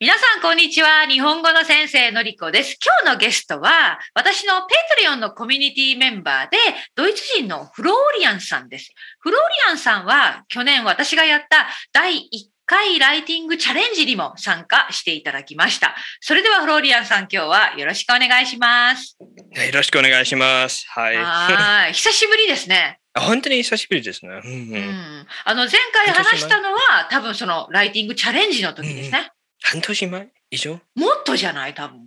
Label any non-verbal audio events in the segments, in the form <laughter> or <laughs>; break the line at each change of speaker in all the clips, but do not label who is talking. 皆さん、こんにちは。日本語の先生のりこです。今日のゲストは、私のペイトリオンのコミュニティメンバーで、ドイツ人のフローリアンさんです。フローリアンさんは、去年私がやった第1回ライティングチャレンジにも参加していただきました。それではフローリアンさん、今日はよろしくお願いします。よ
ろしくお願いします。はい。
はい久しぶりですね。、
<laughs> 本当に久しぶりですね。うん、うんうん
あの前回話したのは多分そのライティングチャレンジの時ですね。うん、
半年前以上
もっとじゃない多分。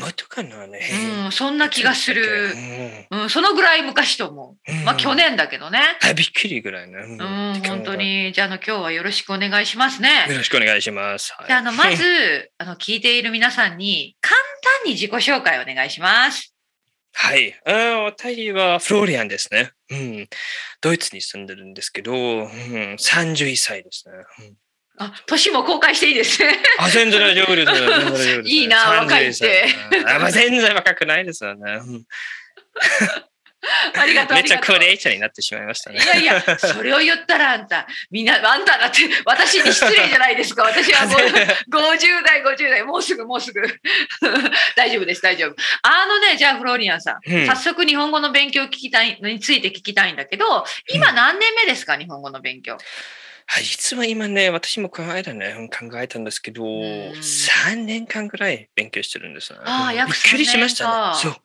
もっとかなね。
うん、そんな気がする。うん、そのぐらい昔とも。まあ去年だけどね。
あびっくりぐらいね。
うん、本当に。じゃあの今日はよろしくお願いしますね。、
よろしくお願いします。はい
あのまずあの聞いている皆さんに簡単に自己紹介お願いします。
はい。あ私はフローリアンですね。うん。ドイツに住んでるんですけど、うん、31歳ですね。うん、
あ、年も公開していいです
<laughs>
ね。。
あ、全然大丈夫で
<laughs>
す
いいな、若いって。
あ、まあ、全然若くないですよね。うん
ありがとう。
めっちゃ高齢者になってしまいましたね。
いやいや、それを言ったらあんた、みんな、あんただって、私に失礼じゃないですか。私は
<laughs>
もう50代、50代、もうすぐ、もうすぐ。 <laughs> 大丈夫です、大丈夫。あのね、じゃあ、フローリアンさん、うん、早速日本語の勉強聞きたい、について聞きたいんだけど、今何年目ですか、うん、日本語の勉強。
はい、実は今ね、私も考えたね、考えたんですけど、うん、3年間ぐらい勉強してるんです、ね。
ああ、
約びっくりしましたね。そう。。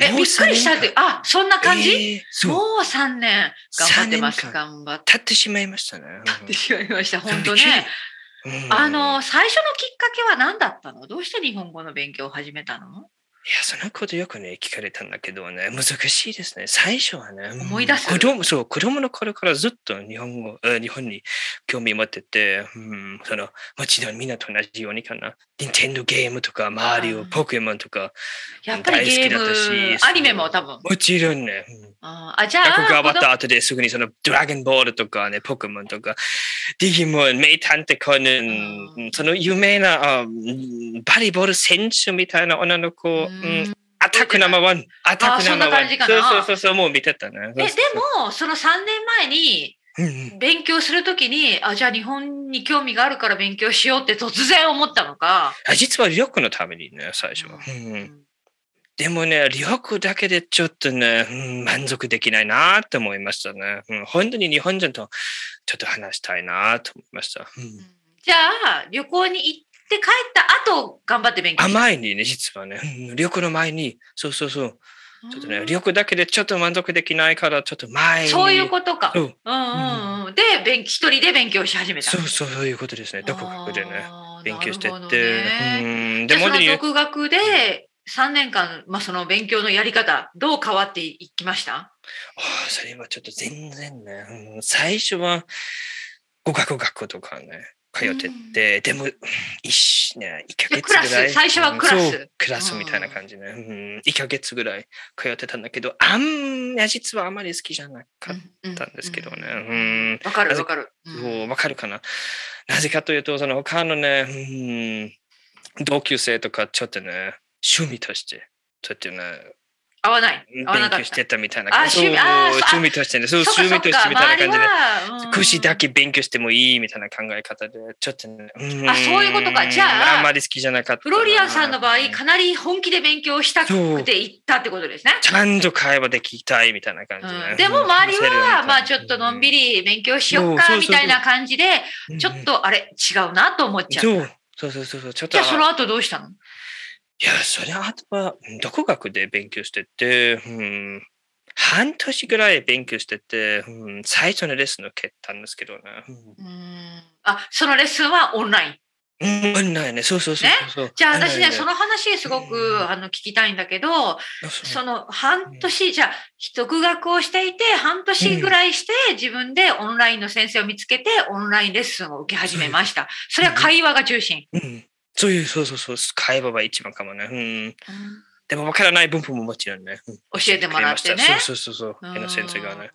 え、びっくりしたって、あ、そんな感じ、もう3年。頑張ってます、頑張って
経ってしまいましたね。
経ってしまいました、本当ね。あの、最初のきっかけは何だったのどうして日本語の勉強を始めたのい
や、そのことよくね、聞かれたんだけどね、難しいですね。最初はね、
思い出す。
子供、そう、子供の頃からずっと日本語、日本に興味持ってて、うん、その、もちろんみんなと同じようにかな。任天堂ゲームとか、マリオ、ポケモンとか、
やっぱりゲーム、アニメも多分。
もちろんね。
ああ、じゃあ。
僕が終わった後ですぐにそのドラゴンボールとかね、ポケモンとか、ディギモン、メイタンテコネン、その有名なあバリボール選手みたいな女の子、うん、アタックナンバーワン、アタックナンバーワン。そうそうそうそう、もう見てたね。
え、でも、その3年前に、勉強するときに、あ、じゃあ日本に興味があるから勉強しようって突然思ったのか。
実は旅行のためにね、最初は。うんうんでもね、旅行だけでちょっとね、うん、満足できないなと思いましたね、うん。本当に日本人とちょっと話したいなと思いました。うん、
じゃあ、旅行に行って帰った後、頑張って勉強
あ、前にね、実はね、旅行の前に、そうそうそう。ちょっとね、旅行だけでちょっと満足できないから、ちょっと前に。
そういうことか。うん、うんうん。で、勉一人で勉強し始めた。。
そうそう、そういうことですね。独学でね、勉強してって
ね、うん。でも、独学で、3年間、まあ、その勉強のやり方どう変わっていきました
あそれはちょっと全然ね、うん、最初は語学学校とかね通ってて、うん、でも 1,、ね、1ヶ月ぐら
い最初はクラス、、
うん、クラスみたいな感じね、うん、1ヶ月ぐらい通ってたんだけどあん実はあまり好きじゃなかったんですけどねわ、うん
分かるわかる
わ、かるかななぜかというとその他のね、同級生とかちょっとね趣味として、とっていうのは、
合わない。
勉強してたみたいな
感じ。趣
味としてね、そう、趣味としてみたいな感じで、少しだけ勉強してもいいみたいな考え方で、ちょっとね。
あ、そういうことか。じゃ
あ、あまり好きじゃなかった。
フロリアンさんの場合、かなり本気で勉強したくて行ったってことですね。
ちゃんと会話で聞きたいみたいな感じ
で。でも周りは、まあちょっとのんびり勉強しよっかみたいな感じで、ちょっとあれ、違うなと思っちゃった。
そうそうそうそう、
ちょっと。じゃあその後どうしたの
いや、それは、は、独学で勉強してて、うん、半年ぐらい勉強してて、うん、最初のレッスンを蹴ったんですけどね。
うん、あ、そのレッスンはオンライン
うん、ないね。そうそうそう
じゃあ私ね、その話すごく、あの聞きたいんだけど、その半年、じゃあ、独学をしていて、半年ぐらいして、自分でオンラインの先生を見つけて、オンラインレッスンを受け始めました。それは会話が中心。
うんそういう、そうそうそう、会話は一番かもね。うん。うん、でも分からない文法ももちろんね。
教えてもらってね。
そうそうそうそう、うん、先生がね。うん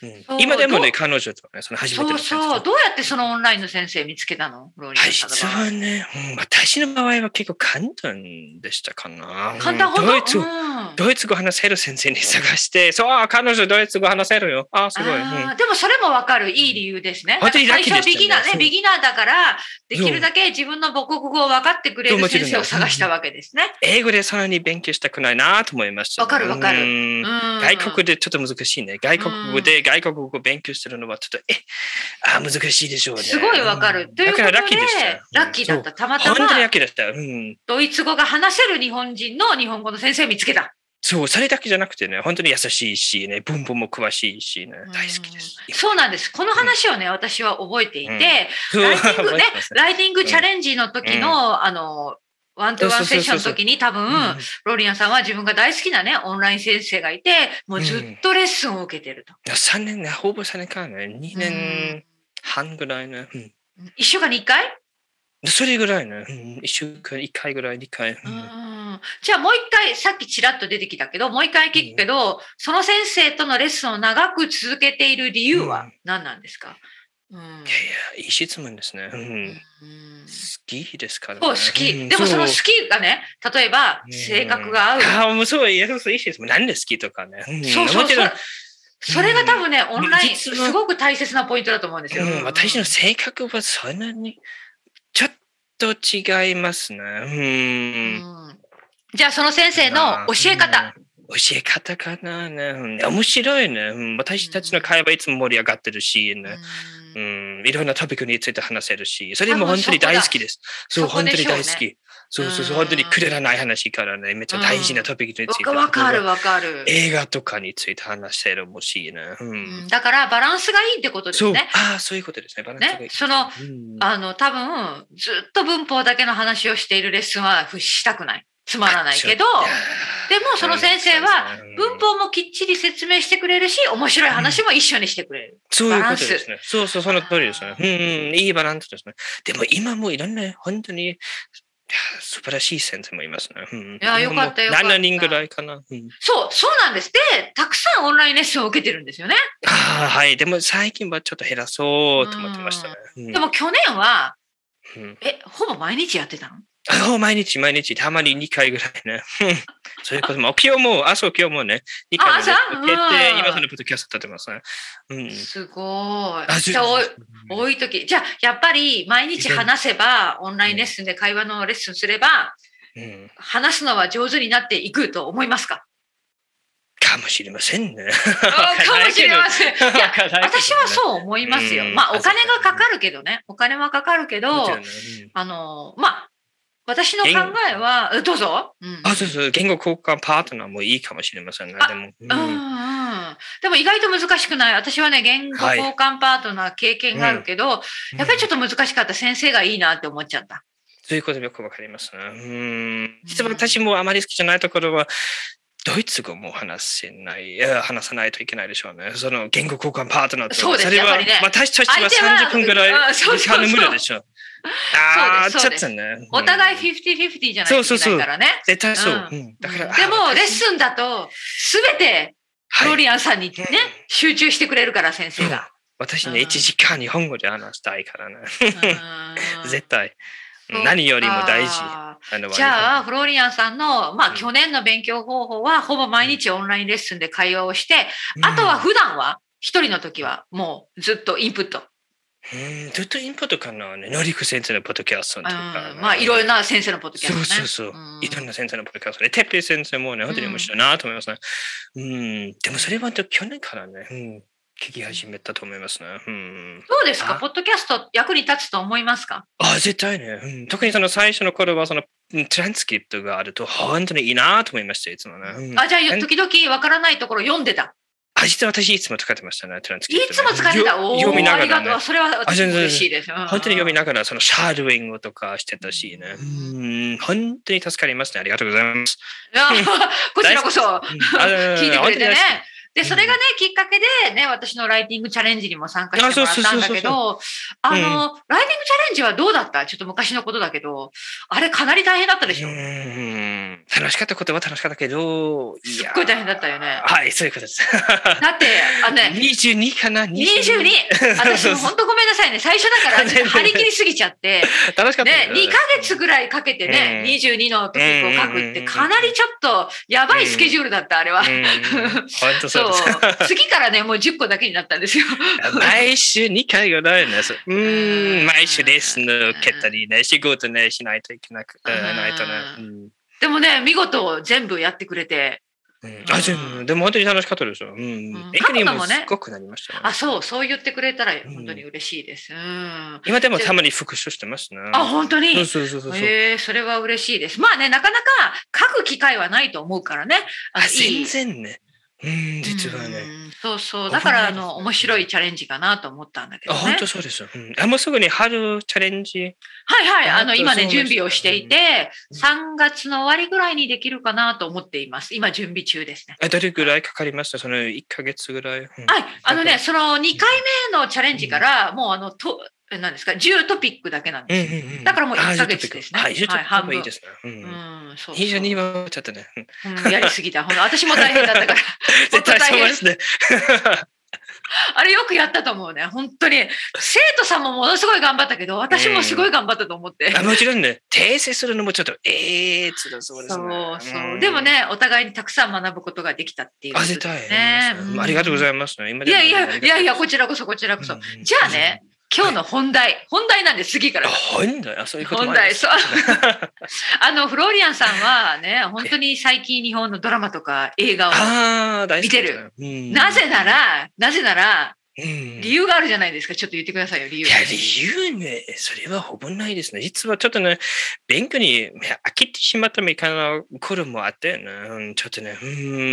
そう
今でも
ど
ね、
う
彼女とね、その初
そ
めての
う
先生
そう。どうやってそのオンラインの先生見つけたのフローリア
はい
ンさんの
実
場合
はね、うん私の場合は結構簡単でしたかな。うん
簡単ほど、
ドイツ語、
うん
ドイツ語話せる先生に探して、そう、あ彼女ドイツ語話せるよ。あすごい。うん
あーでもそれもわかる、いい理由ですね。
本当にラッ
最
キーで
初
したね
ビギナーね、ビギナ
そう
ーだから、できるだけ自分の母国語を分かってくれ
そう
る
もち
先
ろん
生を探したわけですね。
英語でさらに勉強したくないなと思いましたね。
わかるわかる
うん
うん
外国でちょっと難しいね。外国語で外国語を勉強してるのはちょっと、え、あ難しいでしょうね。
すごいわかる。
ん
ということで、
だからラッキーでした。
ラッキーだった。たまた
そう本当にラ
ま
ッキーでした。うん。
ドイツ語が話せる日本人の日本語の先生を見つけた。
そう、それだけじゃなくてね、本当に優しいしね、文法も詳しいしね、大好きです。
うんそうなんです。この話をね、私は覚えていて、
うん
ライティン
<laughs>
グね
覚えてます、
ライティングチャレンジの時の、あの、ワントゥワンセッションの時に多分、
うん
ロリアンさんは自分が大好きなね、オンライン先生がいて、もうずっとレッスンを受けてると。
3年ね、ほぼ3年間ね、2年半ぐらいね、うん
一週間に一回、
それぐらいね、うん、1週間1回ぐらい、2回。う
うんんじゃあもう一回、さっきちらっと出てきたけど、もう一回聞くけど、その先生とのレッスンを長く続けている理由
う
は
ん
何なんですか、うん
いやいや、いい質問ですね。うん、好
うん
きですから、ね。
そう好
う
き。
ん
でもその好
う
きがね、例えば
うん
性格が合う。
ああ、もうそう、いや、そうそういい質問。なんで好きとかね。ん
そうそう
もちろ
そ
ん
う。それが多分ね、オンライン、
実
す
は
ごく大切なポイントだと思うんですよ。
うん、私の性格はそんなにちょっと違いますね。うん。
うんじゃあその先生の教え方。
うん。教え方かな、ねうん面白いね、うん私たちの会話いつも盛り上がってるし、ね
う
うんんいろんなトピックについて話せるし、それも本当に大好きです。
多
そう、
分そこ
本
だ
当に大好
そこでしょう
き。そうそうそう、
うん
本当にくだらない話からね、めっちゃ大事なトピックについて。
わわかるわかる。
映画とかについて話せるもしね。うん
うんだからバランスがいいってことです
そう、
ね。
ああ、そういうことですね。バランスがいい
ね、その、
うん
あの、多分、ずっと文法だけの話をしているレッスンは不したくない。つまらないけど、でもその先生は文法もきっちり説明してくれるし、面白い話も一緒にしてくれる。
そういうことで
バラン
すね。そうそう、その通りですね。うん、うん、いいバランスですね。でも今もいろんな、本当に、いや素晴らしい先生もいますね。うん、い
やよかったよかった
7人ぐらいかな。うん、
そう、そうなんです。で、たくさんオンラインレッスンを受けてるんですよね。
ああ、はい。でも最近はちょっと減らそうと思ってましたね。うん
でも去年は、
うん
え、ほぼ毎日やってたの
あ毎日毎日、たまに2回ぐらいね。 <laughs> うんそういうことも、今日も、朝今日もね、2回
あ
もね
朝
受けて、
うん
今そのポッドキャスト立てますね。うん。
すご
あ
い。じゃあ、おい
うん
多い時。じゃあ、やっぱり毎日話せば、オンラインレッスンで会話のレッスンすれば、
うん
話すのは上手になっていくと思います
<laughs>
か
かもしれませんね。
あかもしれま
<laughs>
せん。いや、私
私
はそう思いますよ。
うん
まあ、お金がかかるけどね。お金はかかるけど、
もちろんねうん
あの、まあ、私の考えは、えどうぞ。うん
あ、そうそう、言語交換パートナーもいいかもしれませんね。
あ
でも、うん
うんうんでも意外と難しくない。私はね、言語交換パートナー経験があるけど、やっぱりちょっと難しかった先生がいいなって思っちゃった。
そういうことよくわかりますね。うん。実は私もあまり好きじゃないところは、ドイツ語も話せない、いや話さないといけないでしょうね。その言語交換パートナーと。
そうです
れ
やっ
は、
ぱりね
私としては
相手は
30分ぐら
う
い
んそうそう
時
そう
間の無理でしょう。ああ、
そうです
ち
そ
ょ
うで
っ
す
とね。
お互い
うん
50-50じゃないといけないからね。
絶対そう。
う
うんだから、
で
あ
も、レッスンだと、すべて、フロ
はい
リアンさんにね、集中してくれるから、先生が。
私
う
ね、
ん
1時間日本語で話したいからね。
うん
<laughs> 絶対。うん何よりも大事
あ
なの
ー
は。
じゃあ、フローリアンさんの、まあ、
うん
去年の勉強方法は、ほぼ毎日オンラインレッスンで会話をして、
うん
あとは普段は、一人の時は、もうずっとインプット。
うん、ずっとインプットかなね。ノリク先生のポッドキャスト
うん
とか、
まあ、いろいろ
な。
な先生のポッドキャス
そ
ト
う
ね。
そうそう。
ん
いろんな先生のポッドキャストで、てっぺい先生もね、本当に面白いなと思いますね。うん、でもそれは去年からね、うん、聞き始めたと思いますね。うん。
どうですか
あ
ポッドキャスト役に立つと思いますか
あ、絶対ね。うん、特にその最初の頃は、その、うんトランスクリプトがあると、本当にいいなと思いました、いつもね。うん、
あ、じゃあ、
うん
時々わからないところ読んでた。
あ、実は私いつも使ってましたね、トランスク
い
リプ
つ
トね、
も使ってた。お
よ
お、
読みな
あ
が
り
ら
がと
ね
う。。それは私
全
も
然
嬉しいです。本
本当に読み
な
ながら、そのシャードウイングとかしてたしね。うん、本当に
<laughs>
助かりますね。ありがとうございます。
こちらこそ、
聞
聞いてくれてね。で、それがね、きっかけでね、私のライティングチャレンジにも参加して
あそ
も
う
らっ
そう
たんだ
そう
け
そう
ど、あの、ライティングチャレンジはどうだったちょっと昔のことだけど、あれかなり大変だったでしょ、
うん楽しかったことは楽しかったけど、す
すっごい大変だったよね
はい、そういうことです。
だって、あのね、
22かな
22!
<laughs>
私も本当ごめんなさいね。最初だからちょっと張り切りすぎちゃって、
楽しかった
ね、
<laughs> けど
2ヶ月ぐらいかけてね、
うん
22のトピックを書くっ
う
て
ん
かなりちょっとやばいスケジュールだった、あれは。
うん本
そ
当そううで
<laughs>
す。。
次からね、もう10個だけになったんですよ。 <laughs>
毎週2回ぐらいね。そうう
うん
ん、毎週レッスンを受けたりね、仕事ね、しないといけなく、
うん
うんないとね。うん
でもね、見事全部やってくれて、
うんあ、でも、でも本当に楽しかったでしょ。うん。
ん
英語
角
に
度も
も
ね
すっごくなりましたよ。
あ、そう、そう言ってくれたら本当に嬉しいです。うん。
今でもたまに復習してますね。
あ、本当に
そうそうそうそう。
ええそれは嬉しいです。まあね、なかなか書く機会はないと思うからね。あ
あ、
い
全
い
然ね。うん、 <laughs> 実は
う
ね。
んそうそう。
危
だ
ない
から、あ
ですね
の、面白いチャレンジかなと思ったんだけ
あ、
どね。
本当そうですよ。うんあ、もうすぐに春チャレンジ。
はいはい。あの、
本当
今ね、
そうで
準
す
備をしていて、
うん
3月の終わりぐらいにできるかなと思っています。今、準備中ですね。
あどれぐらいかかりましたその1ヶ月ぐらい。うん
はい。あのね、その2回目のチャレンジから、もう、あの、と、何ですか、10トピックだけなん
うん
ですよ。
うんうん
だからもう1
あ
ヶ月ですね
はい、ちょっ
はい
と
半分
いいですね。う。
うんん、そうそう。
22はちょっとね。うん
うんやりすぎた。ほんと私も大変だったから。
<laughs> 絶対そうですね。
あれよくやったと思うね。本当に。生徒さんもものすごい頑張ったけど、私もすごい頑張ったと思って。
あもちろんね、訂正するのもちょっと、ええー、つらそうですね。
そうそう、
ん
でも。ね、お互いにたくさん学ぶことができたっていうこ
あ、
とで
絶
す
対。
ね。
うんありがとうござ
い
いますね。今
い
でも
やい
ありが
や、
とう
いやいや、こちらこそ、こちらこそ。
うん
じゃあね、今日の本題、本題なんです、次か
あ、
ら。
本題あ、そういうこと
本
もあり
題、
ます
そう。 <laughs> あの、フローリアンさんはね、本当に最近日本のドラマとか映画を。
ああ、大好き。
見てる。
うん
なぜな、ら、なぜなら、
うん
理由があるじゃないですか。ちょっと言ってくださいよ、理由。
いや、理由ね、それはほぼないですね。実はちょっとね、勉強にまあ飽きてしまったみたいな頃もあってね、うんちょっとね、う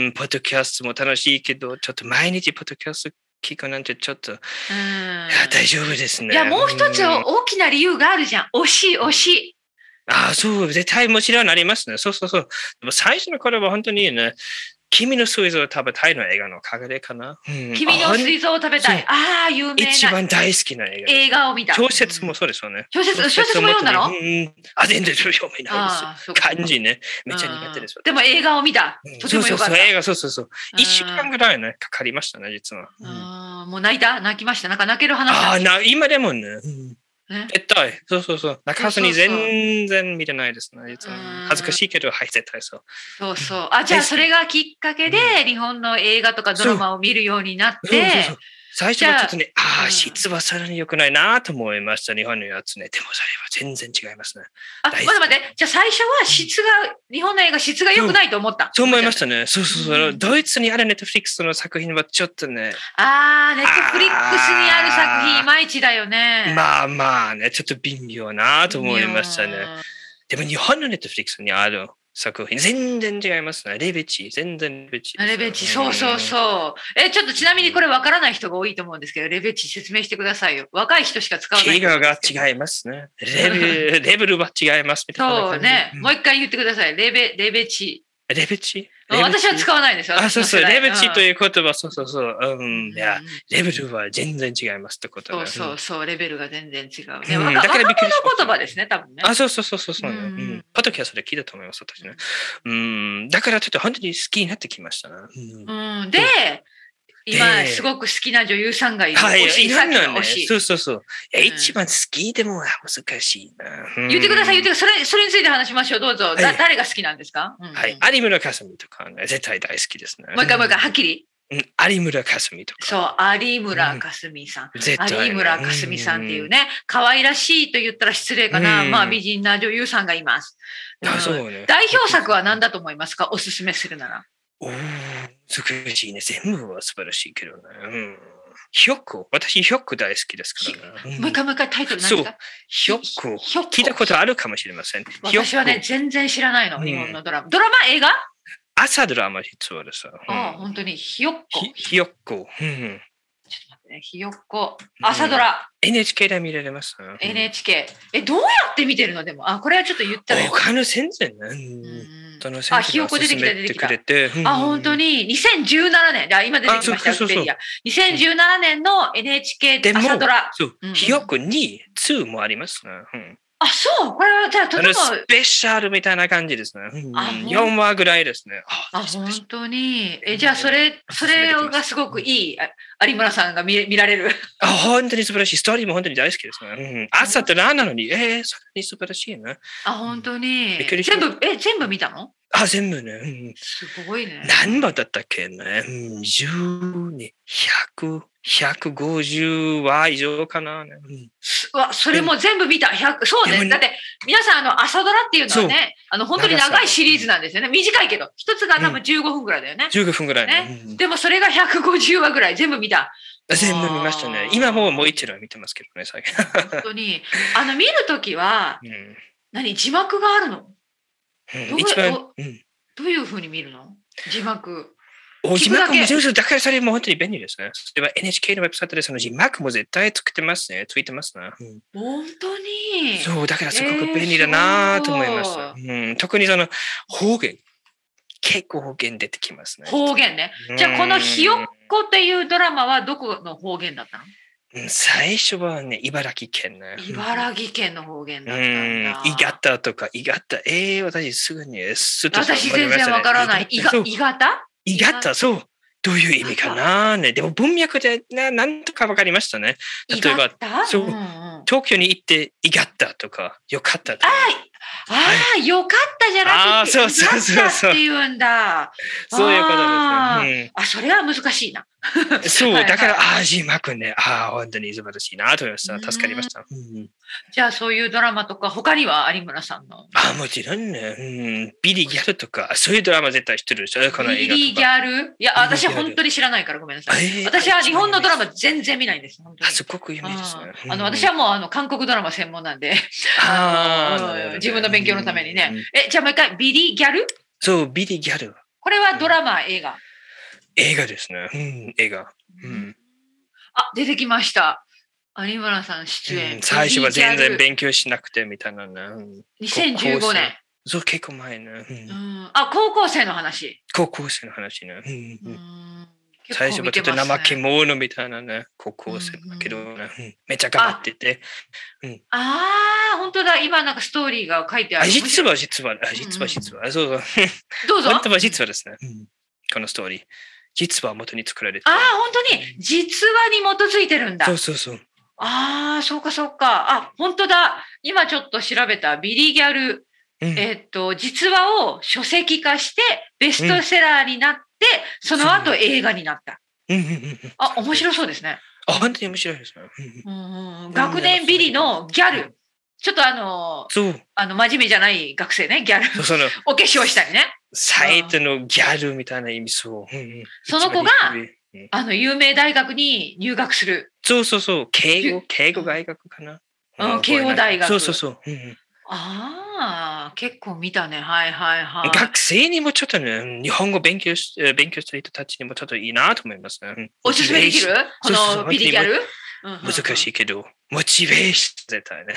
ん、ポッドキャストも楽しいけど、ちょっと毎日ポッドキャスト聞くなんてちょっと、い
うん
や大丈夫ですね。
いや、もう一つ
ん
大きな理由があるじゃん。惜しい、惜しい。
ああ、そう、絶対もちろんなりますね。そうそうそう。でも最初の頃は本当にね、君の水槽を食べたいの映画のおかげでかな。うん
君の水槽を食べたい。ああ、有名
一
な
番大好きな映画です。
映画を見た。
小説もそうですよね。
小説、小説も読んだ
う
の
ん、あ、全然読めないですよ。
ああ、そうか
漢字ね、めっちゃ苦手です
うんでも映画を見た
うん。
とてもよかった
そうそうそう、。映画、そうそうそう。
うん
1週間ぐらいね、かかりましたね、実は。うん
あーもう泣いた泣きました。なんか泣ける話
あ
だ
あ、な、今でもね、うん
ね
絶対、そうそうそう。泣かずに
そうそうそう
全然見てないですね、実は
うん。
恥ずかしいけど、はい、絶対そう。
そうそう。あ、じゃあ
大好き
それがきっかけで日本の映画とかドラマを見るようになっ
そうそうそ
て
う、最初はちょっとね、あ
うん
あ、質はさらに良くないなと思いました、日本のやつね。でもそれは全然違いますね。
あ、待って
大好き
待って。じゃあ最初は質が、日本の映画質が良くないと思った。
そう思いましたね。そうそうそうう。
ん
ドイツにあるネットフリックスの作品はちょっとね、
ああ、ネットフリックスにある作品いまいちだよね。
まあまあね、ちょっと微妙なと思いましたね。でも日本のネットフリックスにある作品、全然違いますね。レベチ、全然レベチ
う
で
ん。
す。
レベチ、そうそう
うん。
そう。え、ちょっとちなみにこれわからない人が多いと思うんですけど、レベチ説明してくださいよ。若い人しか使わない。
映画が違いますね。レベレベルは違いますみたいな感
そ
じ。
うね。
ん
もう一回言ってください。レベ、レベチ。
レベチ
うん私は使わないんですよ。
あ、そうそ
私
う、
の世
レ
代
ベチという言葉、そうそうそう。う
うん
ん、いや、レベルは全然違いますってこと
そ
ね
うそ
ん
うそう、レベルが全然違うね。
うん
若
だからびっくりしました
若者言葉ですね、多分ね。
あ、そうそうそうそうそうね、
うんうん
うんパトキャストで聞いたと思います、私ね。うん、だからちょっと本当に好きになってきましたな。うん
うん、で、今
です
ごく好きな女優さんがいる。
はい、
惜し
い
い、
ろ
さっ
ん
き
な
の
ね
惜しい。
そうそうそう。いや
うん
一番好きでもあ難しいな。うん
言ってください、言ってください。それ、それについて話しましょう。どうぞ。だ
はい
誰が好きなんですかうんうん
はい、有村架純とかね、絶対大好きですね。
もう一回、もう一回、はっきり。
うん有村架純とか。
そう、有村架純さん。
絶対ね
有村架純さんっていうね、可愛らしいと言ったら失礼かな。
うん
まあ、美人な女優さんがいます。
うんあ、そううんね。
代表作は何だと思いますかおすすめするなら。
おー美しいね。全部は素晴らしいけどね。うん。ひょっこ。私、ひょっこ大好きですからね。
もう一回、もう一回タイトル何ですか
ひょっこ。
ひょっこ
聞いたことあるかもしれません。ひょっこ
私はね、全然知らないの、
うん
日本のドラマ。ドラマ、映画
朝ドラマ実はです。うん
ああ、本当に、ひよっこ。ちょっ
ひひよっこ。うん
と待ってね、ひよっこ。朝ドラ、
NHK で見られます。うん
NHK。え、どうやって見てるのでも。あ、これはちょっと言ったらいい。
他の先生ね。う
うんん
トの選
あひ
手
よ
が
こ出て
勧
きた
めてくれて。うん
あ、本当に2017年。あ、今出てきました、
あ
ウ
そ
ィキ
うそうそう
ペディア。2017年の NHK
でも
朝ドラ。
そう
うんう、ん
ひよこに2もありますね。うん
あ、そうこれはじゃあと
あ
て
の
も、
スペシャルみたいな感じですね。うん
あほん
4話ぐらいですね。
あ、
スペシャ
本
ル
当に。え、じゃあそれ、それがすごくいい、あ有村さんが見見られる。
あ本当に素晴らしい。ストーリーも本当に大好きですね。うん、朝って何なのに、えー、そんなに素晴らしいね。
あ、本当に
びっく。りした
全部、え、全部見たの
あ、全部ね。うん、
すごいね。
何話だったっけね。うん、10に100、150話以上かな、ねうん
うわ、それも全部見た。100そう
で
ね。
も
だって、皆さん、あの、朝ドラっていうのはね、あの、本当に長いシリーズなんですよね。短いけど、一つが多分15分ぐらいだよね。
15分ぐらいね。うん
でもそれが150話ぐらい全部見た。
全部見ましたね。今もうもう一度見てますけどね、最近。
本当に。あの、見るときは、
うん
何、字幕があるの
うん、一番、うん、
どういうふうに見るの字幕。
お
聞
字
くだけ
幕も全部だからそれも本当に便利ですね。それは NHK のウェブサイトでその字幕も絶対作ってますね。ついてますね。うん
本当に。
そう、だからすご
え
く
ー
便利だなと思いまし
そう
た、うん。特にその方言、結構方言出てきますね。
方言ね。じゃあ、このひよっこっていうドラマはどこの方言だったの
うん最初はね、茨城県ね。
茨城県の方言だった
うんん
だ。、
いがたとか、いがた、えー、私すぐに、すっと
私全然わからない。いが、
そう
いがた
いがた、そう。どういう意味かなね。でも文脈でななんとかわかりましたね。
い
例えば
がた
そうん
んあ
東京に行って、いがったとか、よかったとか。
あ、よかったじゃなくて、
あーそうそうそうそう
いがったって言うんだ。
そういうこと
あ
ですね。うん
あ、それは難しいな。
そう、
はいはい
だから、ああ、字幕ね、ああ、本当に素晴らしいなと思いまし
う
た。
ん
助かりました。うん、
じゃあそういうドラマとか他には有村さんの。
ああ、もちろんね、うん、ビリギャルとか、そういうドラマ絶対知ってるでしょ、この
ビ
映画
リー
と
ギ
か。
ャルいや、私は
ビリーギャル
本当に知らないからごめんなさい。
えー
私は日本のドラマ全然見ないんです。本当
あ
に
すごく有名ですね。
あの私はもうあの韓国ドラマ専門なんで、
あー
の
なるほどね
自分の勉強のためにね
うん。
え、じゃあもう一回、ビリーギャル
そう、ビリギャル。
これはドラマ、映画。
映画ですね。うん、映画。うん
あ、出てきました。有村さん出
う
演。
ん最初は全然
ビリ
勉強しなくてみたいなね。うん
ーギャル2015年。
そう、結構前ね。うん
うんあ、高校生の話。
高校生の話ね。うん
う
うん
ん
最初はちょっ
結構
と
見てま
怠
す
け
ね
者みたいなね、高校生だけどね、うんめちゃ頑張ってて、
ああ、本当だ。今なんかストーリーが書いてあ
あ、
る。
実は実は、あ
うん
実は実は、そうそう、
どうぞ。
本当は実はですね、うんこのストーリー、実は元に作られて
ああ、本当に、実話に基づいてるんだ。
そうそうそう、
ああ、そうかそうか。あ、本当だ。今ちょっと調べた。ビリーギャル、
うん
えっと、実話を書籍化して、ベストセラーになって、その後
そう
映画になった。
うんうんうんうん
あ、面白そうですね。
あ、本当に面白いですね。うんうん
うんうん学年ビリのギャル。ちょっとあの、
そう、
あの、真面目じゃない学生ね、ギャル。
そうその、
お化粧したりね。
最初のギャルみたいな意味、そう。うんうん
その子が、
うん
あの、有名大学に入学する。
そうそうそう、敬語、敬語大学かな。
うん
うん
慶応大学
そうそうそう。うんうん
ああ、結構見たね。はいはいはい。
学生にもちょっとね、うん日本語勉強しえー勉強した人たちにもちょっといいなと思いますね。うん
おすすめできるこ
そうそうそう
のビリギャル
難し
い。
いけど、モチベーション絶対ね。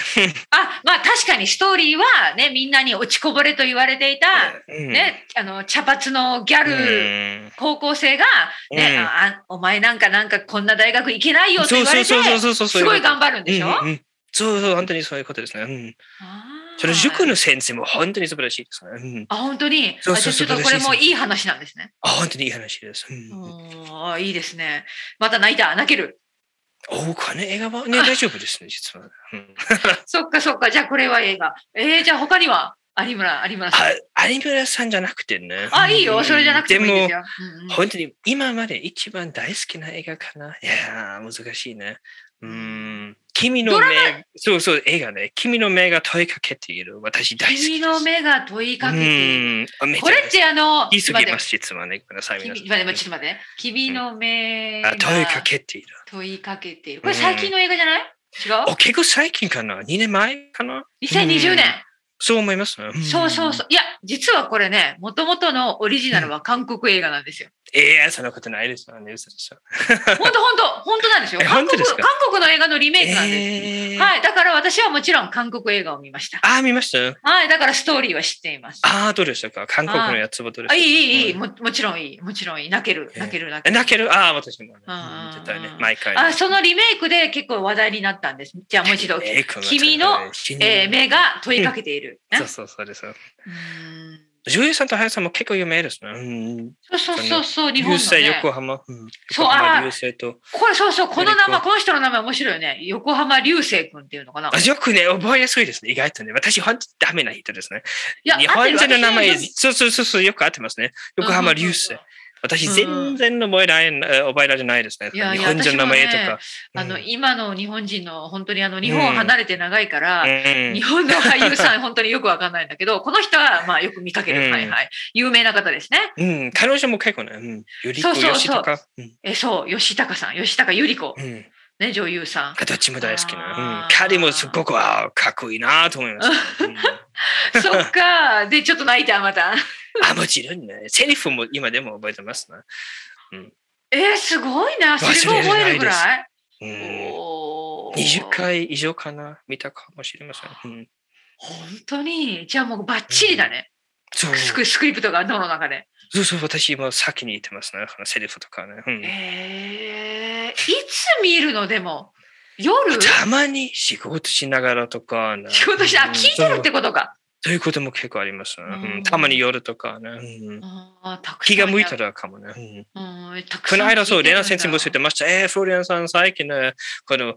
あ、まあ確かにストーリーはね、みんなに落ちこぼれと言われていた、
うん、
ね、あの、茶髪のギャ
う
ル、
ん。
高校生が、ね、
うん
ああお前なんかなんかこんな大学行けないよと
そ
言
う
わ
そう
れて、
そうそうそうそう。
すごい頑張
張
るんでしょ、
うんうんうんそうそう、本当にそういうことですね。うん、
あー
その塾の先生も本当に素晴らしいですね。うん、
あ、本当に。
そうそうそう
あじゃあちょっとこれも
そうそうそう
いい話なんですね。
あ、本当にいい話です。うん
うんあいいですね。また泣いた、泣ける。
お金映画はね、大丈夫ですね、実は。うん
そっかそっか、じゃあこれは映画。えー、じゃあ他には有村、有村さん。
あ、有村さんじゃなくてね。
あ、いいよ。それじゃなくてもいいです
で
よ。うんうん
も、本当に今まで一番大好きな映画かな。いやー、難しいね。うん。君の
ド
目、そうそう、映画ね。君の目が問いかけている。私大好きです。
君の目が問いかけている。
うん。めちゃ
これってあの、
言い
ちょ
す
っと待
ぎ
って
ます、実はね。ごめんなさい、皆さん。
君まあでもちょっと待ってね。君の目が
あ問いかけている。
問いかけている。これ最近の映画じゃない違う
お、結構最近かな ?2 年前かな
?2020 年。
そう思いますね。
そうそうそう。いや、実はこれね、もともとのオリジナルは韓国映画なんですよ。
うん。いや、そんなことないですよね。嘘でしょ。
ほんとほんと、ほんとなんですよ。
え
韓国
本当です
韓
か
国の映画のリメイクなんです。
ええ。
はい。だから私はもちろん韓国映画を見ました。
ああ、見ました
はい。だからストーリーは知っています。
ああ、どうでしたか韓国のやつはどう
あ、
でし
いい、いい、いい。
うん
ももちろんいい。もちろんいい。泣ける。
えー
泣ける、泣
た
け
え
る。
泣けるああ、私も。
うん
見てたいね
う。ん
毎回。
あ、そのリメイクで結構話題になったんです。じゃあもう一度。
えーこ
君の、えー
目。
目が問いかけている。ね
そうそうそうです。
うーん
女優さんと林さんも結構有名ですね。うん。
そうそうそうそう、日本の、
流星、
ね。
横浜。うん
そう
横浜
あー
流星と。
これそうそう、この名
よ
前、
り
この人の名前面白いよね。横浜流星君っていうのかな。
あよくね、覚えやすいですね。意外とね。私、本当にダメな人ですね。
いや
日本人の名
合
前
ってる、
そうそうそうそう、よく合ってますね。横浜流
う
星
ん。
私、全然覚えられない、覚えられないですね。
い
日
やいや
本人の名前とか。
あの、
うん
今の日本人の、本当にあの、日本を離れて長いから、
うん
日本の俳優さん、本 <laughs> 当によくわかんないんだけど、この人は、まあ、よく見かける、
うん
はいはい。有名な方ですね。
うん、彼女も結構ね、うん、ゆり
そう
こ
そうそう
よしとか、うん
え、そう、吉高さん、吉高由里子、
うん、
ね、女優
<laughs>
さん。
どっちも大好きな、う
あ
ん
ー、
彼もすごくあーかっこいいなと思います、
<laughs>
うん
そっか、で、ちょっと泣いた、また。
あ、もちろんね、セリフも今でも覚えてますな、
えー、すごいな、それを覚えるぐらい。
うん、
おー
20回以上かな、見たかもしれません。うん、
本当にじゃあもうバッチリだね、
そう
スクスクリプトが頭の中で。
そうそう、私今先に言ってますね、そのセリフとかね。うん
えー、いつ見るのでも夜
たまに仕事しながらとかね、
仕事してあ
うん
聞いてるってことか。
そういうことも結構ありますね、
うん
うんたまに夜とかね、うん
あーたくさん
気が向いた
や
らかもね。うん
うん、たくさ
こ
ん
の間そう、
聞いて
レ
るんだ
ナ先生も教えてました。えー、フロリアンさん、最近の、この、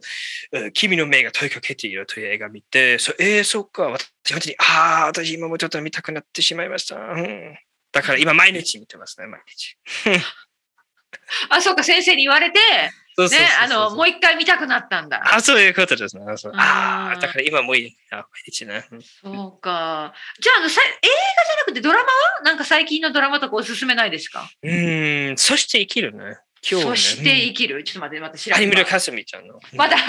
えー君の目が問いかけているという映画見て、そうえー、そっか、私、本当に、ああ、私今もちょっと見たくなってしまいました。うん、だから今、毎日見てますね、毎日。
あ、そうか、先生に言われて、
そう
ね、あの、もう一回見たくなったんだ。
あ、そういうことですね。そう
うん
ああ、だから今もういい。あ毎日ね。うん
そうか。じゃあ、あの、さ映画じゃなくてドラマはなんか最近のドラマとかおすすめないですか
うーん、そして生きるね。今日ね。
そして生きる。ちょっと待って、また調
うんアニ
べ
メ
て
のかすみちゃんの。
まだ
うん、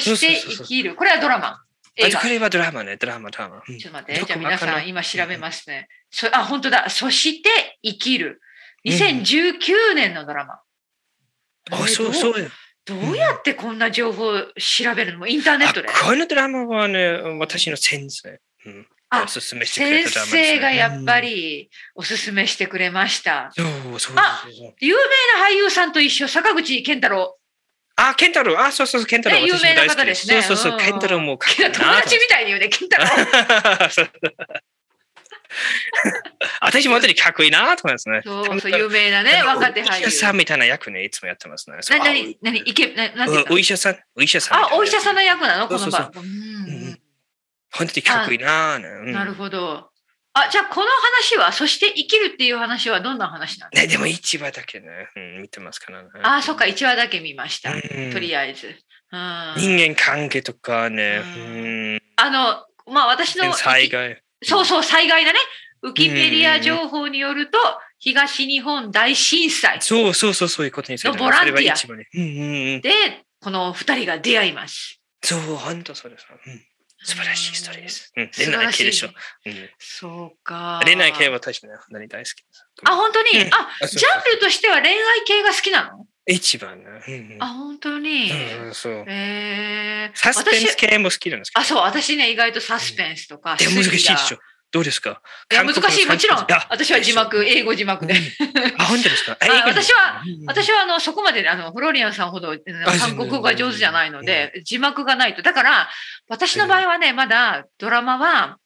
そして生きる。これはドラマ。映
あ
画
こ。れはドラマね、ドラマ、ドラマ。うん
ちょっと待って、
どこ
じゃあ皆
わ
さ
かんなん
今調べますね。そあ、本当だ。そして生きる。2019年のドラマ。
あ、そう、
ど。
そううよ。
どうやってこんな情報を調べるのもうインターネットで。
あこのドラマはね、私の先生。うん
あ
おすすめしてくれ
先
たドラマですね、
生がやっぱりおすすめしてくれました。
うん。そうそう
あ
そうそう。
有名な俳優さんと一緒、坂口健太郎。
あ、ケンタロウ。あ、そうそうそう、ケンタロウ。
ね有
私も
名な
大好
方
き
ですね
そうそうそうう、
ん
ケンタロウもかっこいい
友 <laughs>
なと思って
達みたいに言うね、健太郎。
そう私も本当にかっこいいなと思いますね。
そうそう、有名なね、若手俳
お医者さ
優。
んみたいな役ね、いつもやってますね。
な、なに、なに、いけ、な、なんて言った
おお医者さん、お医者さんみたい
あ、
な。
お医者さんの役なの
そ
こ
うそ
の
うそう
番。うん
本当にかっこいいなあね、うん
なるほど。あ、じゃあこの話は、そして生きるっていう話はどんな話なんです
ね、でも一話だけね、うん、見てますからね。
かあ、そっか、1話だけ見ました。
うん
とりあえず。うん、あ
人間関係とかね、
う
うん、
の、まあ私の、
災害。
そうそう、災害だね。ウキペディア情報によると、東日本大震災
そうそうそう、そういうことについて
のボランティア
それは一番ねうんうんうん。
で、この2人が出会います。
そう、本当そうです、うん。素晴らしいストーリーで
うん。
す。うん、
素
レ
晴
ナ
ら
イ
しい
系でしょ。うん
そうか。
レナイ系は確かに本当に大好きです。
あ、本当に、
うん
あ、
あそうそう
ジャンルとしては恋愛系が好きなの
一番ね。うんうん
あ、本当に。
うんそう。
えー、
サスペン
私
ス系も好きなんですけど。
あ、そう、私ね、意外とサスペンスとか、
でも難しいで
スリラー
しょ。どうですか
いや難しい、もちろん。
あ
私は字幕、英語字幕で。
あ、本当で
<laughs>
すか。あ
はい
いことですね
私は、
うんうん
私はあのそこまであのフローリアンさんほどあの韓国語が上手じゃないので、字幕がないと。だから、私の場合はね、まだドラマは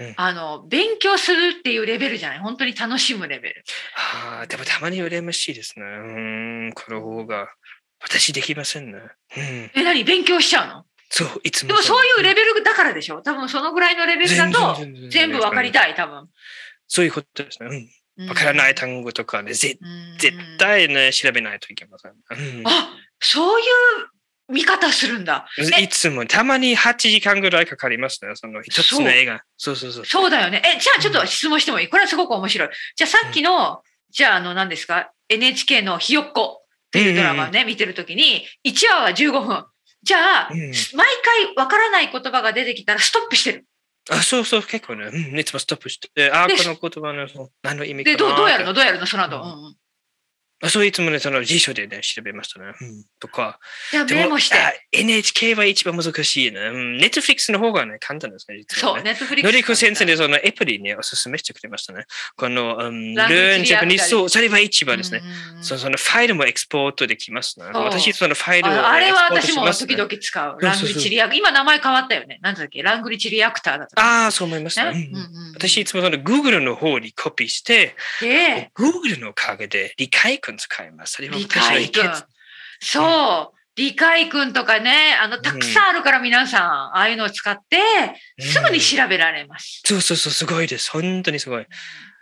うん、
あの、勉強するっていうレベルじゃない。本当に楽しむレベル。
ああ、でもたまに羨ましいですね。うーん、この方が。私できませんね。うん。
え、何勉強しちゃうの
そう、いつも。
でもそういうレベルだからでしょ多分そのぐらいのレベルだと、
と
全部わかり
い。
たい、多分。
そういうことですね。
う
うんん。わからない単語とかね、ぜ
うん
絶対ね、調べないといけません。うん
あ、そういう見方するんだ。え
いつも、たまに8時間ぐらいかかりますね。その一つの映画。そうそうそう。
そうだよね。え、じゃあちょっと質問してもいいこれはすごく面白い。じゃあさっきの、じゃああの何ですか ?NHK のひよっこっていうドラマをね、見てるときに、1話は15分。じゃあ、
うんうん
毎回わからない言葉が出てきたらストップしてる。
あ、そうそう、結構ね、うん、いつもストップして、あ、こ
で
の言葉のそう何の意味か
で、
な
どうどうやる
っ
のどうやるのその後。
う
うんんうん
そういつもね、その辞書でね、調べましたね。うんとか。
じゃあ
でも
メモして。
あ NHK は一番難しいね。うん、Netflix の方がね、簡単ですね。実
そ
は
う、
ね。
ネットフリック
の
ス。
りこ先生でそのエプリね、おすすめしてくれましたね。この、うん、
ランゲー
Learn
ジやったり
Japanese。そう、それは一番ですね。
うんうんうん
そそのファイルもエクスポートできますね。
そう
私、そのファイルを、ね、
ああれは
エクス
私
ポー
も
トしますね
時々使う。
そう
ラン
そうそう
グリチリアク、今名前変わったよね。なんだっけ、ラングリチリアクターだった。
ああ、そう思いますね。
ね
うん
うんうん
私、いつもその Google の方にコピーして、
で、
Google のおかげで理解君使います。それは
理
私の
解
意
くん
見。。
そう。理解くんとかね、あの、たくさんあるから皆さん、ああいうのを使って、すぐに調べられます。
そうそうそう、すごいです。本当にすごい。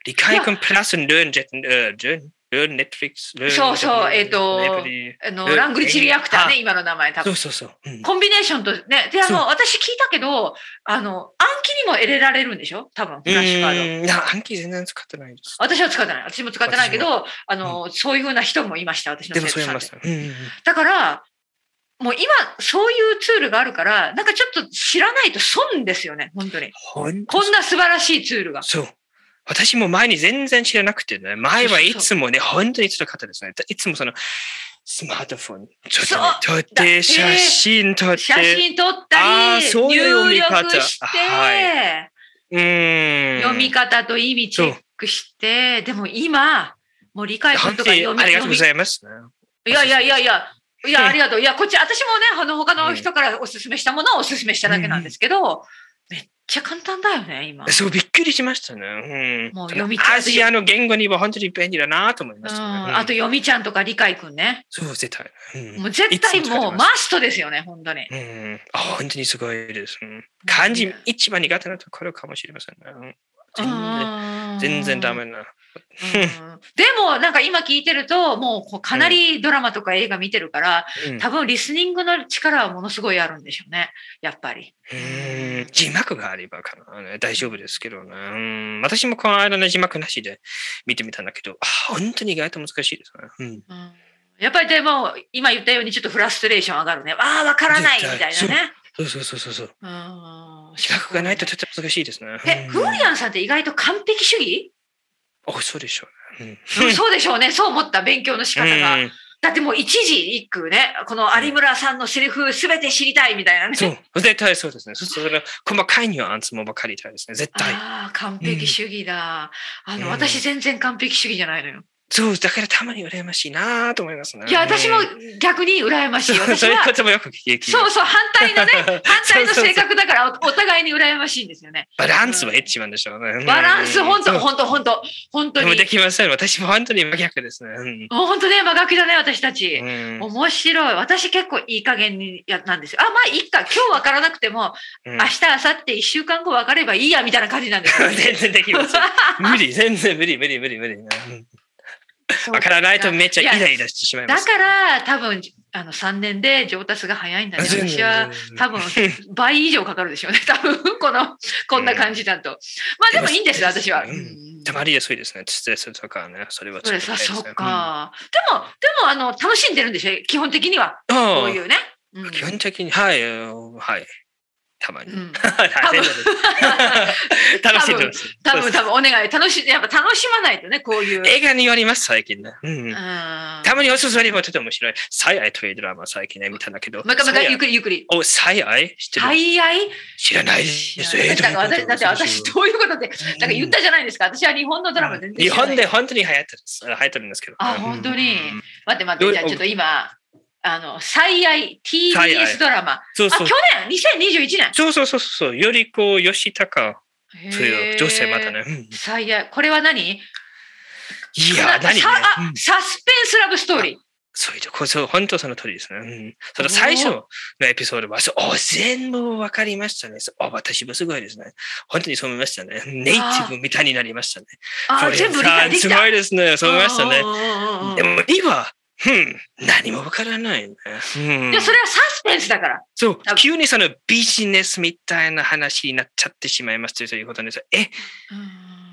理解君プラス Learn, Jet- えー Learn, Learn Netflix, Learn
そうそう
Japanese
えーと
Library
あの、
うん
ラングリチリアクター
あ
ね、今の名前多
そ
分
う。そうそう。うん
コンビネーションとね。で、あ
そ
の、私聞いたけど、あの、暗記にも入れられるんでしょ多分、フラッシュカード。
うんいや、暗記全然使ってないです。
私は使ってない。私も使ってないけど、あの、そういうふうな人もいました、私の
で
生
も
徒
そう
さ
言い
ん
ま
で
し。た。うんうんうん
だから、もう今、そういうツールがあるから、なんかちょっと知らないと損ですよね、本当に。
ほん
こんな素晴らしいツールが。
そう。私も前に全然知らなくてね、前はいつもね、本当につらかったですね。いつもその、スマートフォン、ちょっとね、撮っ
だって
て、写真撮って、
写真撮った
あー
り、
そういう
入
読み方
力して、
はうーん。
読み方と意味チェックして、でも今、もう理解
本
文と
当
か
に
読み、
ありがと
読
うご
み
ざいますね。
いやいやいやいや、い
うん
や、ありがとう。いや、こっち、私もね、あの、他
う
の
ん
人からおすすめしたものをおすすめしただけなんですけど、めっちゃ簡単だよね、今。
そう、びっくりしましたね。うん、
もう
そ
読
の
み
アジアの言語には本当に便利だなと思いま
う
したね、
ん、あと、
うん
読みちゃんとか理解くんね。
そう、絶対。うん
もう絶対
いつも使
も
っ
う
て
マ
ま
ストですよね、本当に。
うん、あ本当にすごいです。うん漢字一番苦手なところかもしれませんね。うん全然
然
全然ダメな。
でも、なんか今聞いてると、もうこうかなりドラマとか映画見てるから、
うん
多分リスニングの力はものすごいあるんでしょうね、やっぱり。
うん字幕があればかな、ね、大丈夫ですけどね、うん。私もこの間ね、字幕なしで見てみたんだけど、あ本当に意外と難しいですね。うん
うんやっぱりでも、今言ったようにちょっとフラストレーション上がるね。ああ、わからないみ
絶
た
対
いなね。
そうそうそうそうそう。
うん
字幕がないととても難しいですね。
え、フーリ
ン
アンさんって意外と完璧主義、
あ、そうでしょうね。
うんそうでしょうね。そう思った勉強の仕
うん
方が。
うん
だってもう一時一句ね、この有村さんのセリフすべて知りたいみたいなね。
そう、絶対そうですね。そその細かいニュアンスも分かりたいですね。絶対。
ああ、完璧主義だ。あの、
うん
私全然完璧主義じゃないのよ。
そう、だからたまに羨ましいなと思いますね。
いや、私も
うん
逆に羨ましい。
そう
私
そういう
は
こ、ともよく聞き
そうそう、反対のね、
<laughs>
反対の
そうそうそう
性格だからおお互いに羨ましいんですよね。
バランスは一番でしょうね。
バランス、本当
うん
本当本当本当
でも
に
で。きません。私も本当に真逆ですね。うん
もう本当ね、真逆だね、私たち。
うん
面白い。私結構いい加減にやなんですよ。あ、まあいいか。今日わからなくても、
うん。
明日、明後日、一週間後わかればいいや、みたいな感じなんですよ
<laughs> 全然でき
<laughs>
ません。無理、全然無理、無理、無理、無理。うんわからないとめっちゃイライラしてしまいま
だ
す。
から、多分、あの、3年で上達が早いんだね。
全然
私は、多分、
<laughs>
倍以上かかるでしょうね。 <laughs> 多分、この、こんな感じだと。まあでもいいんですよ、私は。
うん
うん
たまにそうですね。ストレスとかね、それは
そ
ちょ
れ
っと
さ、
大変ですね。
そっか。でも、でも、あの、楽しんでるんでしょ基本的には。
うん。
こ
あ
う
あ
いうね。うん
基本的に、はい、えーはい。たまに。 <laughs>
うん
はい
分
全然楽しい楽しい。
<laughs> 多分、
そう
多分、お願い。楽し、やっぱ楽しまないとね、こういう。
映画によります、最近ね。うん
うん。
たまにおすすめもとても面白い。最愛というドラマ最近ね、見たんだけど。
もう一回、もう一回、
最愛
ゆっくり、ゆっくり。
お、最愛知ってる、
最愛
知らないです。えー
だから私、だって私、どういうことって、
うん
なんか言ったじゃないですか。私は日本のドラマ全然知
日
らない。
本で本当に流行ってるんです流行ってるんですけど。
あ
うん
本当に
うん
待って待って、
どう
じゃあちょっと今、あの、最愛
最愛
TBS ドラマ。あ、
そう
去
そう
年、。2021年。
そうそうそうそう。よりこう、吉高と
へ
いう
ー
女性またね。うん
最愛。これは何
いや、何ね
さあ
うん
サスペンスラブストーリー。
そういうとこ、そう、本当その通りですね。うん。その最初のエピソードは、そう、お全部わかりましたね。そうお私もすごいですね。本当にそう思いましたね。ネイティブみたいになりましたね。
あ
そ
ー、
れ
全部理解でき
さあす
た
ご。いですね。そう思いましたね。
ね
でも、今は、うん、何もわからないね。うん
で、それはサスペンスだから。
そう
あ、
急にそのビジネスみたいな話になっちゃってしまいますということです。え、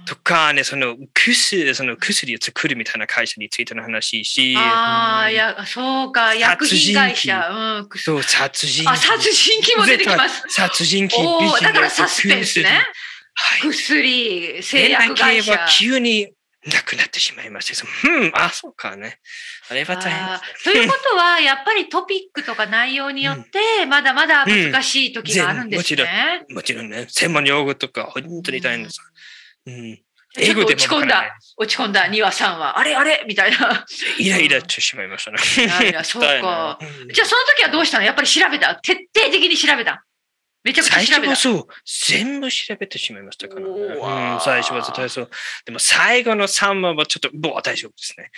とかね、その薬、その薬を作るみたいな会社についての話し、
ああ、
うん
いや、そうか、薬品会社。うん、くそ
そう、殺人
あ、殺人鬼も出てきます。
殺人鬼、
お
ビジネ
お、
ス、
だからサスペンスね。
薬。はい。
薬、製
恋愛
薬会
系
社
は。急になくなってしまいまして、そのうん、あ、そうかね。あれは大変
あーということは、やっぱりトピックとか内容によって、まだまだ難しい時があるんです
うん
ね。
もちろんね、専門用語とか本当に大変です。うん。
ちょっと落
わ
ち
か
込
ら
ん
ない
だ、落ち込んだ2話3話、あれあれみ
<laughs>
たいな。
イライラしてしまいましたね。
いやいやそうか。じゃあその時はどうしたのやっぱり調べた。徹底的に調べた。めちゃくちゃ
最
調
初
べた
は。そう、全部調べてしまいましたからね。
おー
うん、最初は絶対そう。でも最後の3話はちょっと、もう大丈夫ですね。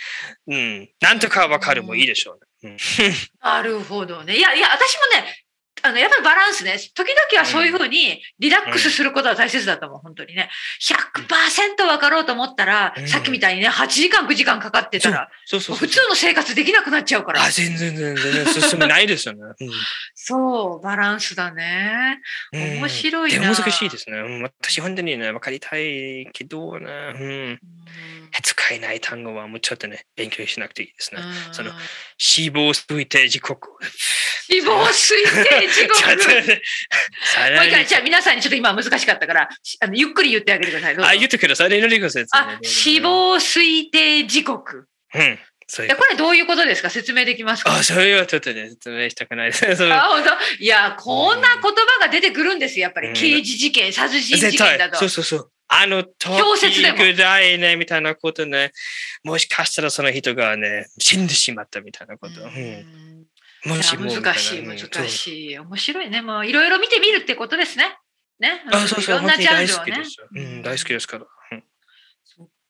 うん。なんとかわかるもいいでしょうね。うん
なるほどね。いやいや、私もね、あの、やっぱりバランスね。時々はそういうふうにリラックスすることは大切だと思う、本当にね。100%分かろうと思ったら、
うん
さっきみたいにね、8時間、9時間かかってたら、
そうそうそ
普
う。
通の生活できなくなっちゃうから。
あ、全然全然全然進めないですよね。うん
そう、バランスだね。
うん
面白いな
でも難しいですね。うん私本当にね、わかりたいけどね、うん、
うん
使えない単語はもうちょっとね、勉強しなくていいですね。
うん
その死亡推定時刻。
死亡推定時
<laughs> ちょっと
刻。
ね
も
さら
う一回、
に
じゃあ皆さんにちょっと今は難しかったから、しあのゆっくり言ってあげてください。どうぞ
あ、言ってください。のりこ先生。
あ、死。亡推定時刻。
うん。そう
い
いう
や、これどういうことですか説明できますか
あ、それはちょっとね、説明したくないです。 <laughs> その
あ、本当いや、こんな言葉が出てくるんですよ、やっぱり。
うん
刑事事件、殺人事
絶
件だ
対。
と。
そうそうそう。あの、と
小説でも
ぐらいね、みたいなことね。もしかしたらその人がね、死んでしまったみたいなこと。う
うん
ん。
い
もし
や
も。
難しい、
みたな
難しい。面白いね。もういろいろ見てみるってことですね。ね。
うんあ、そうそう。
いろんな
本当
ジ
に
ャン
大
ル
好
を
き
ね
です。。うん、大好きですから。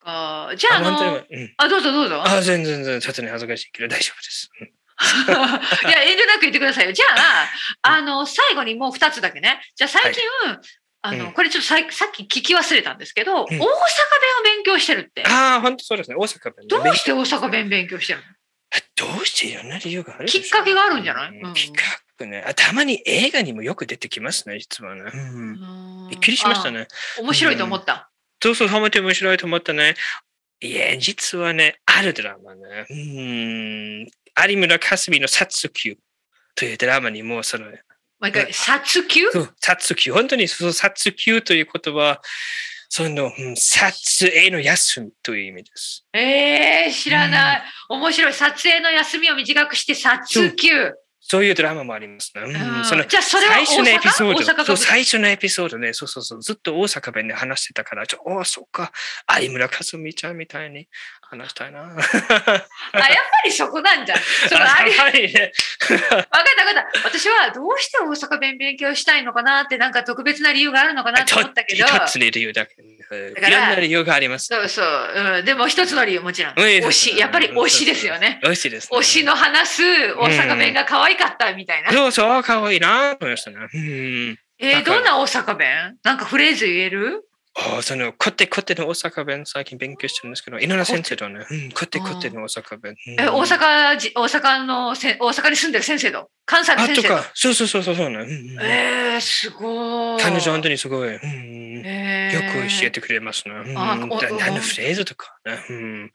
あじゃあ、あ
本
の、
当にうん
あ、どうぞどうぞ。
あ、全然全然、ちょっとね、恥ずかしいけど大丈夫です。うん
<laughs> いや、遠慮なく言ってくださいよ。じゃあ、あの、最後にもう2つだけね。じゃあ最近、あの、
うん
これちょっとさいさっき聞き忘れたんですけど、大阪弁を勉強してるって。
ああ、本当そうですね。大阪弁ね。
どうして大阪弁勉強してるの
どうしていろんな理由があるでしょう
きっかけがあるんじゃない
うん
うん
きっかけねあ。たまに映画にもよく出てきますね、実はね。うんびっくりしました。
うん
ね。
あ面白いと思った。
そうそう、ハマって面白いと思ったね。いや、実はね、あるドラマね。うん。有村架純の殺球というドラマにも、その、
毎回、殺球
そう殺球、本当にその殺球という言葉は、その、うん殺への休みという意味です。
えー、知らない。面白い。撮影の休みを短くして、殺球。
そういうドラマもありますね。うん
うん
その
じゃあ、それは大
最初のエピソ
阪
ー
大阪
ド。
が
そう、最初のエピソードね。そうそうそう。ずっと大阪弁で話してたから、ちょ、おーそっか。有村架純ちゃんみたいに話したいな。
あ、やっぱりそこなんじ
<laughs>
ゃん。その、あれ
やばいね。
わかったわかった。私はどうして大阪弁勉強したいのかなって、なんか特別な理由があるのかなと
と
思ったけど、
一つの理由だけ。うんい
だ
ろ
か
ん
ら
な理由があります。
そうそう、うん、でも一つの理由もちろん、
うん
推し、やっぱり推しですよね。。
そうそうそう推しですね。
推しの話す大阪弁が可愛かったみたいな。
そうそう、可愛いなと思いましたね。うん。
え
だ
ー、
から
どんな大阪弁なんかフレーズ言える
あーその、コテコテの大阪弁、最近勉強してるんですけど、井上先生とね、うん、コテコテの大阪弁。うん
え大阪じ、大阪のせん、大阪に住んでる先生と、関西の
あ
先
と
生と。
か、そうそうそうそうそうね。うんうん
えー、すごい。
彼女本当にすごい、うん
えー
よく教えてくれますね。うん
あ
な
おお
何のフレーズとかね。うん
うん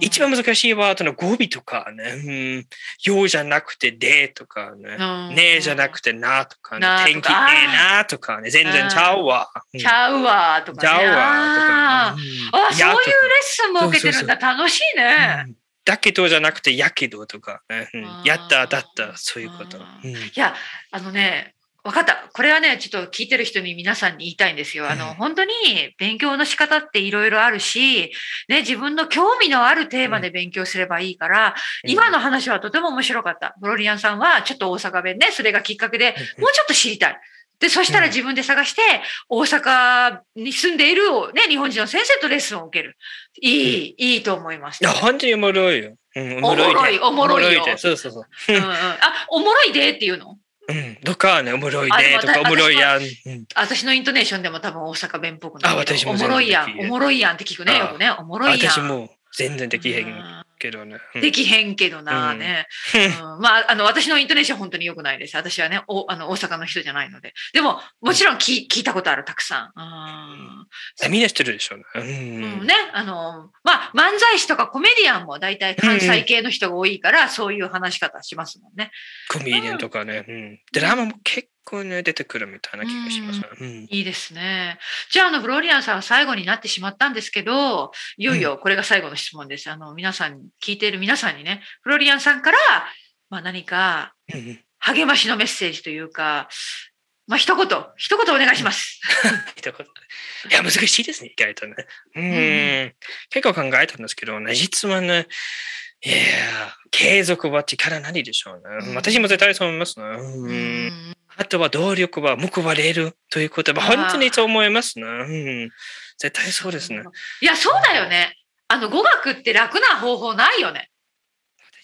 一番難しいワードの語尾とかね。うんようじゃなくてでとかね。
うん
ねえじゃなくてなとかね
な。とか
天気ええなとかね。全然ちゃうわ。うん
ちゃうわーとか、ね。
ちゃう
あー
わとかね。
あ、
ん
そういうレッ
やとか
スンも受けてるんだ。楽しいね。
うんだけどじゃなくてやけどとかね。うん
あー
やっただったそういうこと。
あ
うん
いや、あのね、わかった。これはね、ちょっと聞いてる人に皆さんに言いたいんですよ。あの、
うん
本当に勉強の仕方っていろいろあるし、ね、自分の興味のあるテーマで勉強すればいいから、今の話はとても面白かった。フロリアンさんはちょっと大阪弁ね、それがきっかけで
うん
もうちょっと知りたい。で、そしたら
うん
自分で探して、大阪に住んでいるを、ね、日本人の先生とレッスンを受ける。いい、いいと思います。
いや、本当におもろいよ。うん、で
おもろいおもろいよ
でそうそうそう。
うんうん、あ、おもろいでっていうの
うん、とかね、おもろい
あで
ね
も
とか、お
私
もろいやん。うん
私のイントネーションでも多分大阪弁っぽくな
あ
るけ
私
ど、お
も
もろいや
全
ん、
然でき
お
る
もろいやんって聞くね、
あ
よくね、おもろいやん。
私も全然できへん
う
けどね。う
ん
ん
できへんけどなあね、うんまあ、あの、私のイントネーション本当に良くないです。私はね、お、あの、大阪の人じゃないので。でも、もちろん聞聞いたことある、たくさん。
あみんなしてるでしょうね。うん
うん。うんね、あの、まあ、漫才師とかコメディアンも大体関西系の人が多いから、そういう話し方しますもんね。
コメディアンとかね、うん。ドラマも結こうね、出てくるみたいな気がします。うん。
いいですね。じゃあ、あの、フローリアンさんは最後になってしまったんですけど、いよいよこれが最後の質問です。あの、皆さん、聞いている皆さんにね、フローリアンさんから、まあ何か
うん
励ましのメッセージというか、まあ一言、一言お願いします。
一言いや、難しいですね、意外とね。うん。結構考えたんですけどね、実はね、いやー、継続は力なりでしょうね。
うん
私も絶対そう思いますね。
う
うん
ん
あとは動力は報われるということは
あー
本当にそう思いますね。うん、絶対そうですね。。
いや、そうだよね。あの、語学って楽な方法ないよね。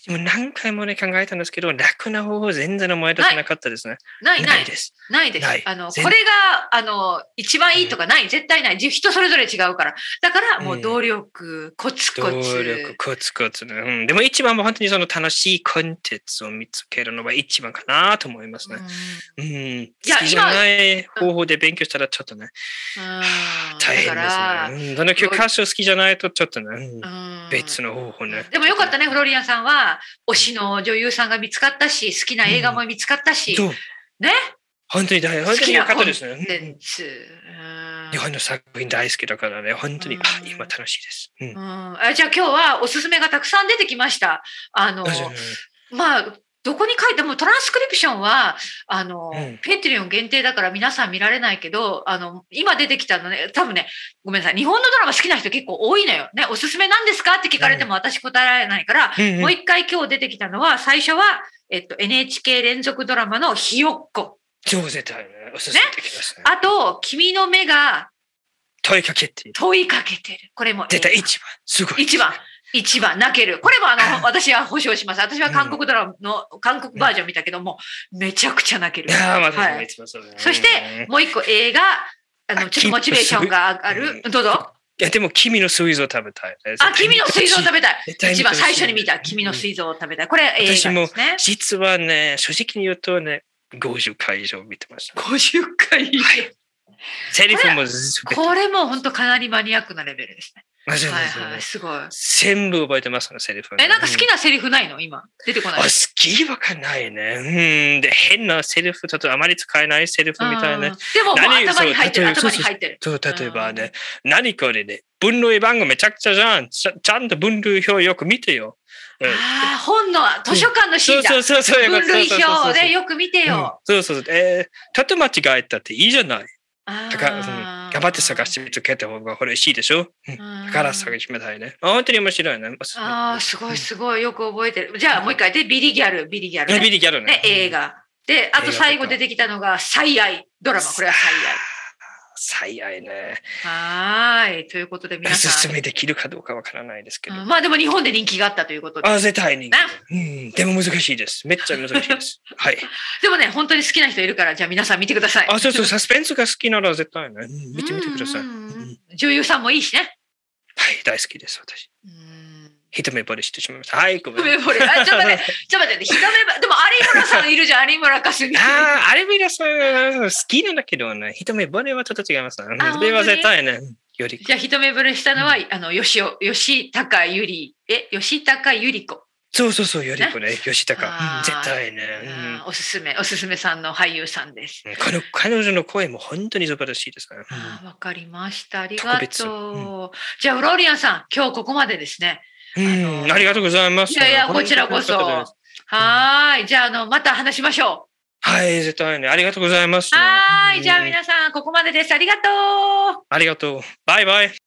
でも何回もね考えたんですけど、楽な方法全然思い出せなかったですね。
ないな
ないい。です。
ないです。
ない
あの、これ
全
が、あの、一番いいとかない。絶対ない。じ人それぞれ違うから。だから、もう動力、コツコ
動
ツ。
力、コツコツね。うん、でも一番は本当にその楽しいコンテンツを見つけるのが一番かなと思います
うん
ね。うん。い
や
じゃない方法で勉強したらちょっとね、
うん
大変
だから
ですね。うん、どの教科書好きじゃないとちょっとね、うん
うん
別の方法ね。
でもよかったね、フロリアンさんは、推しの女優さんが見つかったし、好きな映画も見つかったし、
そう
ね
本当に大変。
好
本当
き
に
な
良
コ
か
ン
ったですね。
テ
うん
ンツ。うん
日本の作品大好きだからね、本当に、
うん
あ今楽しいです。うん
うんあじゃあ今日はおすすめがたくさん出てきました。あの、まあ、どこに書いてもトランスクリプションは、あの、
うん
ペイトリオン限定だから皆さん見られないけど、あの、今出てきたのね、多分ね、ごめんなさい、日本のドラマ好きな人結構多いのよ。ね、おすすめなんですかって聞かれても私答えられないから、
うんうん
もう一回今日出てきたのは、最初は、えっと、NHK 連続ドラマのひよっこ。
超絶対ね、おすすめできますね。
あと、君の目が
問いかけっていう、
問いかけてる。これも
絶対一番、すごい。
一番。一番泣ける。これもあの、私は保証します。私は韓国ドラマの、韓国バージョン見たけども、めちゃくちゃ泣ける。
いやー、ま
は
た、
い
い、つもそうだね
そして
うん
もう一個映画、あの、
あ
ちょっとモチベーションが上がる。どうぞ。
いや、でも、君の水蔵食べたい。
あ、君の水蔵を食べ
べ
た
絶
い。
対見て
一
ほ
番
しい
最初に見た、君の水蔵を食べたい。これ映画ですね。
実はね、正直に言うとね、50回以上見てました。
50回以上
セリフもすべて、
これも本当かなりマニアックなレベルですね。
あそう
はい
ですよ
はい、
ね
すごい。
全部覚えてますね、セリフ。
え、なんか好
う
きなセリフないの今。出てこない
あ。好きはかないね。うん。で、変なセリフ、ちょっとあまり使えないセリフみたいな
うん。でももう
何
頭に入ってる、
そう
頭に入ってる。
そう、例えばね、何これね、分類番号めちゃくちゃじゃん。ちゃちゃんと分類表よく見てよ。うん
ああ、本の図書館のシー
そ
ン
う
だ
そ。うそうそう。
分類
そうそうそう
表
そう
でよく見てよ。
うんそうそうそう。えー、ちょっと間違えたっていいじゃない。だから、うん
あー
頑張って探してみつけた方が嬉しいでしょ。うんだから探してみたいね。あ本当に面白いね。
ああ、すごいすごい。よく覚えてる。じゃあもう一回で、ビリギャル、ビリギャル、
ビ
ね。
リギャルね
ね。、映画。で、あと最後出てきたのが、最愛。ドラマ、これは最
最愛ね。
愛。はーい。ということで、
お
皆
す
さ
す
ん。
めできるかどうかわからないですけど。
うんまあでも日本で人気があったということで。
あ、絶対に。うん。でも難しいです。めっちゃ難し
<laughs>
いです。はい。
でもね、本当に好きな人いるから、じゃあ皆さん見てください。
あ、そうそう、サスペンスが好きなら絶対ね。うん見てみてください。
う
は
んうんうん
うん
女優さんもいいしね。
い、大好きです、私。 <laughs>
うん
一目惚れしてしまいました。はい、ごめ
一
ん
目
なさい。
惚れあちょっと待って、ちょっと待って、ひざめば、でも有村さんいるじゃん、有村かすみ。
ああ、アルビラさん、好きなんだけどね、一目惚れはちょっと違いますね。
あ
それは絶対ね、より。
じゃあ一目惚れしたのは、あの、吉尾、吉高由里、え、吉高由里子。
そうそうそう、よりこね、吉高。
あー
うん絶対ね、
うんおすすめ、おすすめさんの俳優さんです。
うんこの彼女の声も本当に素晴らしいですね。うん
あーわかりました。ありが
特別
とう。じゃあ、フローリアンさん、今日ここまでですね。
うん
あの
ありがとうございます。
いやいや、こちらこそ。
本当に楽しかったです
はーい。じゃあ、あの、また話しましょ
はい、絶対ね、ありがとうございます。
う。はーい。じゃあ、
うん
皆さん、ここまでです。ありがとう。
ありがとう。バイバイ。